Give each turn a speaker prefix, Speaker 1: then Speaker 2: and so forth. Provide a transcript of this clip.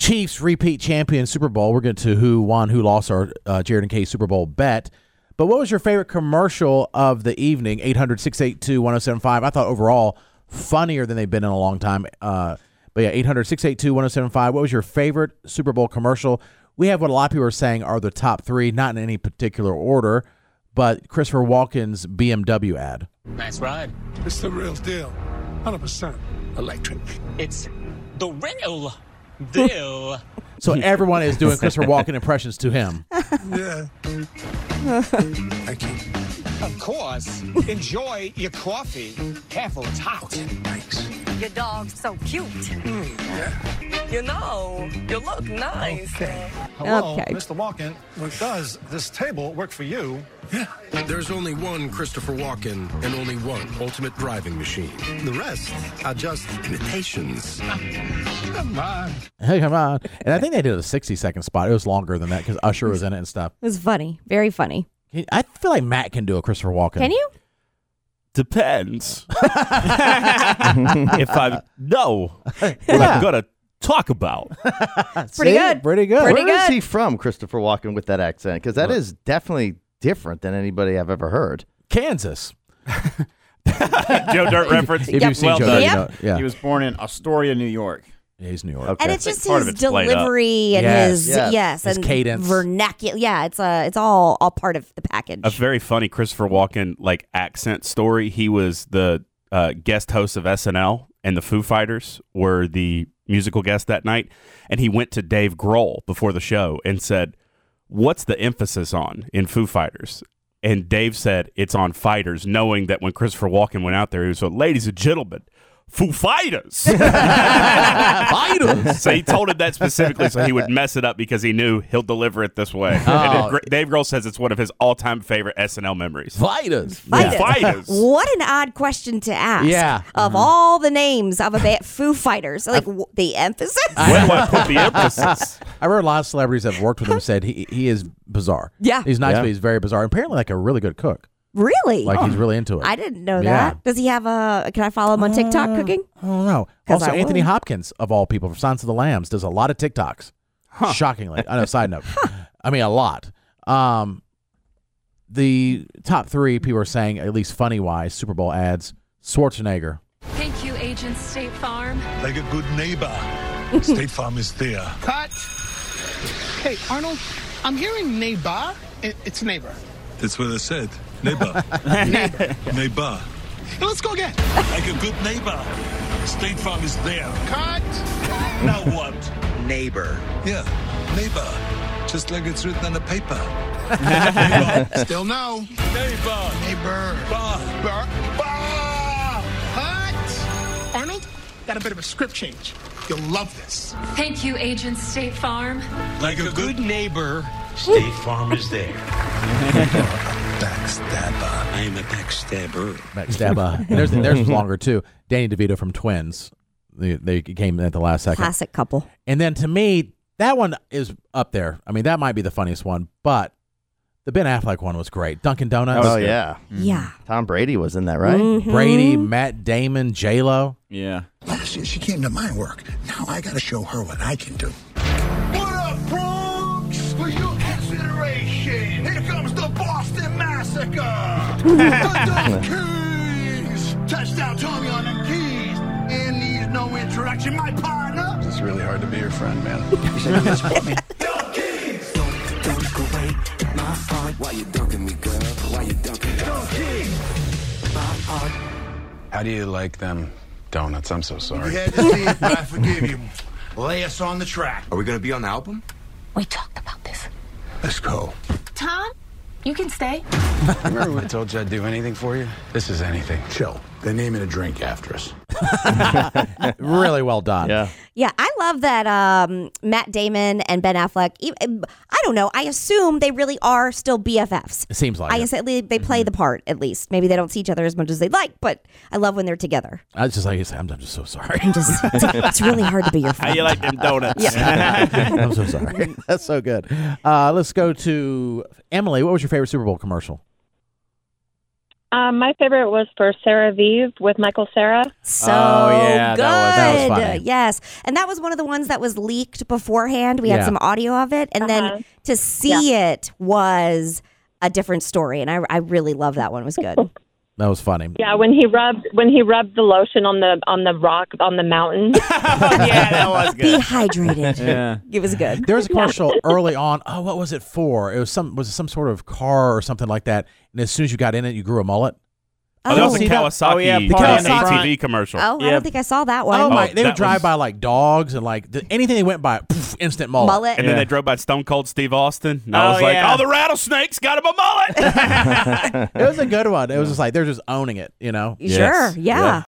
Speaker 1: Chiefs repeat champion Super Bowl. We're going to who won, who lost our uh, Jared and Kay Super Bowl bet. But what was your favorite commercial of the evening? 800 682 1075. I thought overall funnier than they've been in a long time. Uh, but yeah, 800 682 1075. What was your favorite Super Bowl commercial? We have what a lot of people are saying are the top three, not in any particular order, but Christopher Walken's BMW ad.
Speaker 2: Nice ride.
Speaker 3: It's the real deal. 100% electric.
Speaker 2: It's the real deal.
Speaker 1: So everyone is doing Christopher Walken impressions to him.
Speaker 3: Yeah. Thank you.
Speaker 2: of course. Enjoy your coffee. Careful, it's hot.
Speaker 3: Thanks.
Speaker 4: Your dog's so cute.
Speaker 5: Mm,
Speaker 4: You know, you look nice.
Speaker 3: Okay.
Speaker 6: Hello, Okay. Mr.
Speaker 5: Walken. Does this table work for you?
Speaker 7: There's only one Christopher Walken and only one ultimate driving machine. The rest are just imitations.
Speaker 3: Come on.
Speaker 1: Hey, come on. And I think they did a 60 second spot. It was longer than that because Usher was in it and stuff.
Speaker 6: It was funny. Very funny.
Speaker 1: I feel like Matt can do a Christopher Walken.
Speaker 6: Can you?
Speaker 8: Depends. if I know what I'm going to talk about.
Speaker 6: It's pretty
Speaker 9: See?
Speaker 6: good.
Speaker 1: Pretty good.
Speaker 6: Pretty
Speaker 9: Where is
Speaker 6: good.
Speaker 9: he from, Christopher Walken, with that accent? Because that is definitely different than anybody I've ever heard.
Speaker 1: Kansas.
Speaker 8: Joe Dirt reference.
Speaker 1: If you've seen
Speaker 8: well
Speaker 1: Joe,
Speaker 8: done.
Speaker 1: Dirt, you
Speaker 6: Yep.
Speaker 1: know- yeah.
Speaker 5: He was born in Astoria, New York.
Speaker 1: Yeah, he's New York.
Speaker 9: Okay.
Speaker 6: And it's just
Speaker 8: Part of
Speaker 6: his
Speaker 8: it's played up.
Speaker 6: delivery and
Speaker 1: Yes.
Speaker 6: his
Speaker 9: Yes.
Speaker 6: yes,
Speaker 1: His
Speaker 6: and
Speaker 1: cadence.
Speaker 6: vernacular. Yeah, it's uh, it's all all part of the package.
Speaker 8: A very funny Christopher Walken like accent story. He was the uh, guest host of SNL, and the Foo Fighters were the musical guest that night. And he went to Dave Grohl before the show and said, "What's the emphasis on in Foo Fighters?" And Dave said, "It's on fighters," knowing that when Christopher Walken went out there, he was like, "Ladies and gentlemen." Foo Fighters. Fighters. So he told him that specifically so he would mess it up because he knew he'll deliver it this way. And
Speaker 1: Oh.
Speaker 8: it, Gr- Dave Grohl says it's one of his all-time favorite SNL memories.
Speaker 1: Fighters.
Speaker 6: Fighters.
Speaker 1: Yeah.
Speaker 8: Fighters.
Speaker 6: What an odd question to ask.
Speaker 1: Yeah.
Speaker 6: Of all the names of a ba- Foo Fighters, like w- the emphasis.
Speaker 8: When I put the emphasis?
Speaker 1: I read a lot of celebrities that have worked with him said he he is bizarre.
Speaker 6: Yeah.
Speaker 1: He's nice,
Speaker 9: Yeah.
Speaker 1: but he's very bizarre. Apparently, like a really good cook.
Speaker 6: really? Oh,
Speaker 1: Like he's really into it.
Speaker 6: I didn't know
Speaker 1: Yeah.
Speaker 6: that. Does he have a? Can I follow him on TikTok cooking?
Speaker 1: I don't know.
Speaker 6: 'Cause
Speaker 1: Also,
Speaker 6: I
Speaker 1: Anthony
Speaker 6: would.
Speaker 1: Hopkins of all people from Science of the Lambs does a lot of TikToks. Shockingly, I know. Side note, I mean a lot. Um, the top three people are saying, at least funny wise, Super Bowl ads. Schwarzenegger.
Speaker 10: Thank you, Agent State Farm.
Speaker 3: Like a good neighbor. State Farm is there.
Speaker 2: Cut. Hey, Arnold, I'm hearing neighbor. It- It's neighbor.
Speaker 3: That's what I said. Neighbor. neighbor. Neighbor.
Speaker 2: Hey, Let's go again.
Speaker 3: Like a good neighbor. State Farm is there.
Speaker 2: Cut.
Speaker 3: Now what? Neighbor. Yeah, neighbor. Just like it's written on the paper. neighbor.
Speaker 5: Still no.
Speaker 3: Neighbor.
Speaker 5: Neighbor.
Speaker 3: Bar.
Speaker 5: Bar-
Speaker 3: Bar.
Speaker 2: Cut. Arnold, got a bit of a script change. You'll love this.
Speaker 10: Thank you, Agent State Farm.
Speaker 3: Like a good
Speaker 2: neighbor.
Speaker 5: State Farm is there.
Speaker 3: backstabber.
Speaker 5: I am a backstabber.
Speaker 1: Backstabba. there's there's was longer too. Danny DeVito from Twins. They, they came in at the last second.
Speaker 6: Classic couple.
Speaker 1: And then to me, that one is up there. I mean, that might be the funniest one, but the Ben Affleck one was great. Dunkin' Donuts,
Speaker 9: Oh, yeah.
Speaker 6: Yeah.
Speaker 9: Tom Brady was in that, right?
Speaker 6: Mm. Mm-hmm.
Speaker 1: Brady, Matt Damon, J Lo.
Speaker 5: Yeah.
Speaker 3: Last year she came to my work. Now I gotta show her what I can do.
Speaker 5: What up, Bronx? For your consideration, here comes the Boston Massacre. the Keys. Touchdown, Tommy on the keys. And needs no introduction, my partner.
Speaker 3: It's really hard to be your friend, man.
Speaker 5: How do you like them donuts? I'm so sorry.
Speaker 3: had to see it, but I forgive you.
Speaker 5: Lay us on the track.
Speaker 7: Are we going to be on the album?
Speaker 10: We talked about this.
Speaker 3: Let's go.
Speaker 10: Tom, you can stay.
Speaker 5: Remember when I told you I'd do anything for you? This is anything. Chill. They're naming a drink after us.
Speaker 1: Really well done.
Speaker 9: Yeah.
Speaker 6: Yeah, I love that um, Matt Damon and Ben Affleck. e- I don't know. I assume they really are still BFFs.
Speaker 1: It seems like
Speaker 6: I
Speaker 1: it.
Speaker 6: guess at least they
Speaker 1: Mm-hmm.
Speaker 6: play the part. At least maybe they don't see each other as much as they'd like, but I love when they're together.
Speaker 1: I was just like, I'm, I'm just so sorry.
Speaker 6: I'm just, it's, it's really hard to be your
Speaker 8: How
Speaker 6: friend. Mm,
Speaker 8: you like them donuts?
Speaker 1: I'm so sorry. That's so good. Uh, let's go to Emily. What was your favorite Super Bowl commercial?
Speaker 11: Um, my favorite was for Sarah Vive with Michael Sarah.
Speaker 6: So good. Yes. And that was one of the ones that was leaked beforehand. We had
Speaker 11: Yeah.
Speaker 6: some audio of it. And then to see it was a different story. And I, I really love that one. It was good.
Speaker 1: That was funny.
Speaker 11: Yeah, when he rubbed when he rubbed the lotion on the on the rock on the mountain.
Speaker 1: yeah, that was
Speaker 6: good. Dehydrated.
Speaker 1: Yeah.
Speaker 6: It was good.
Speaker 1: There was a commercial early on. Oh, what was it for? It was some was it some sort of car or something like that. And as soon as you got in it, you grew a mullet.
Speaker 6: Oh, that was a
Speaker 1: See
Speaker 8: Kawasaki- Oh, yeah,
Speaker 1: The
Speaker 8: part on the
Speaker 1: Kawasaki-
Speaker 8: ATV commercial.
Speaker 6: Oh, I don't think I saw that one.
Speaker 1: Oh, my! They
Speaker 8: that
Speaker 1: would drive
Speaker 8: was-
Speaker 1: by like dogs and like th- anything they went by, poof, instant mullet.
Speaker 6: Mullet.
Speaker 8: And then they drove by Stone Cold Steve Austin. And I
Speaker 1: Oh,
Speaker 8: was like,
Speaker 1: yeah.
Speaker 8: oh, the rattlesnakes got him a mullet.
Speaker 1: it was a good one. It was just like they're just owning it, you know.
Speaker 6: Sure, yeah.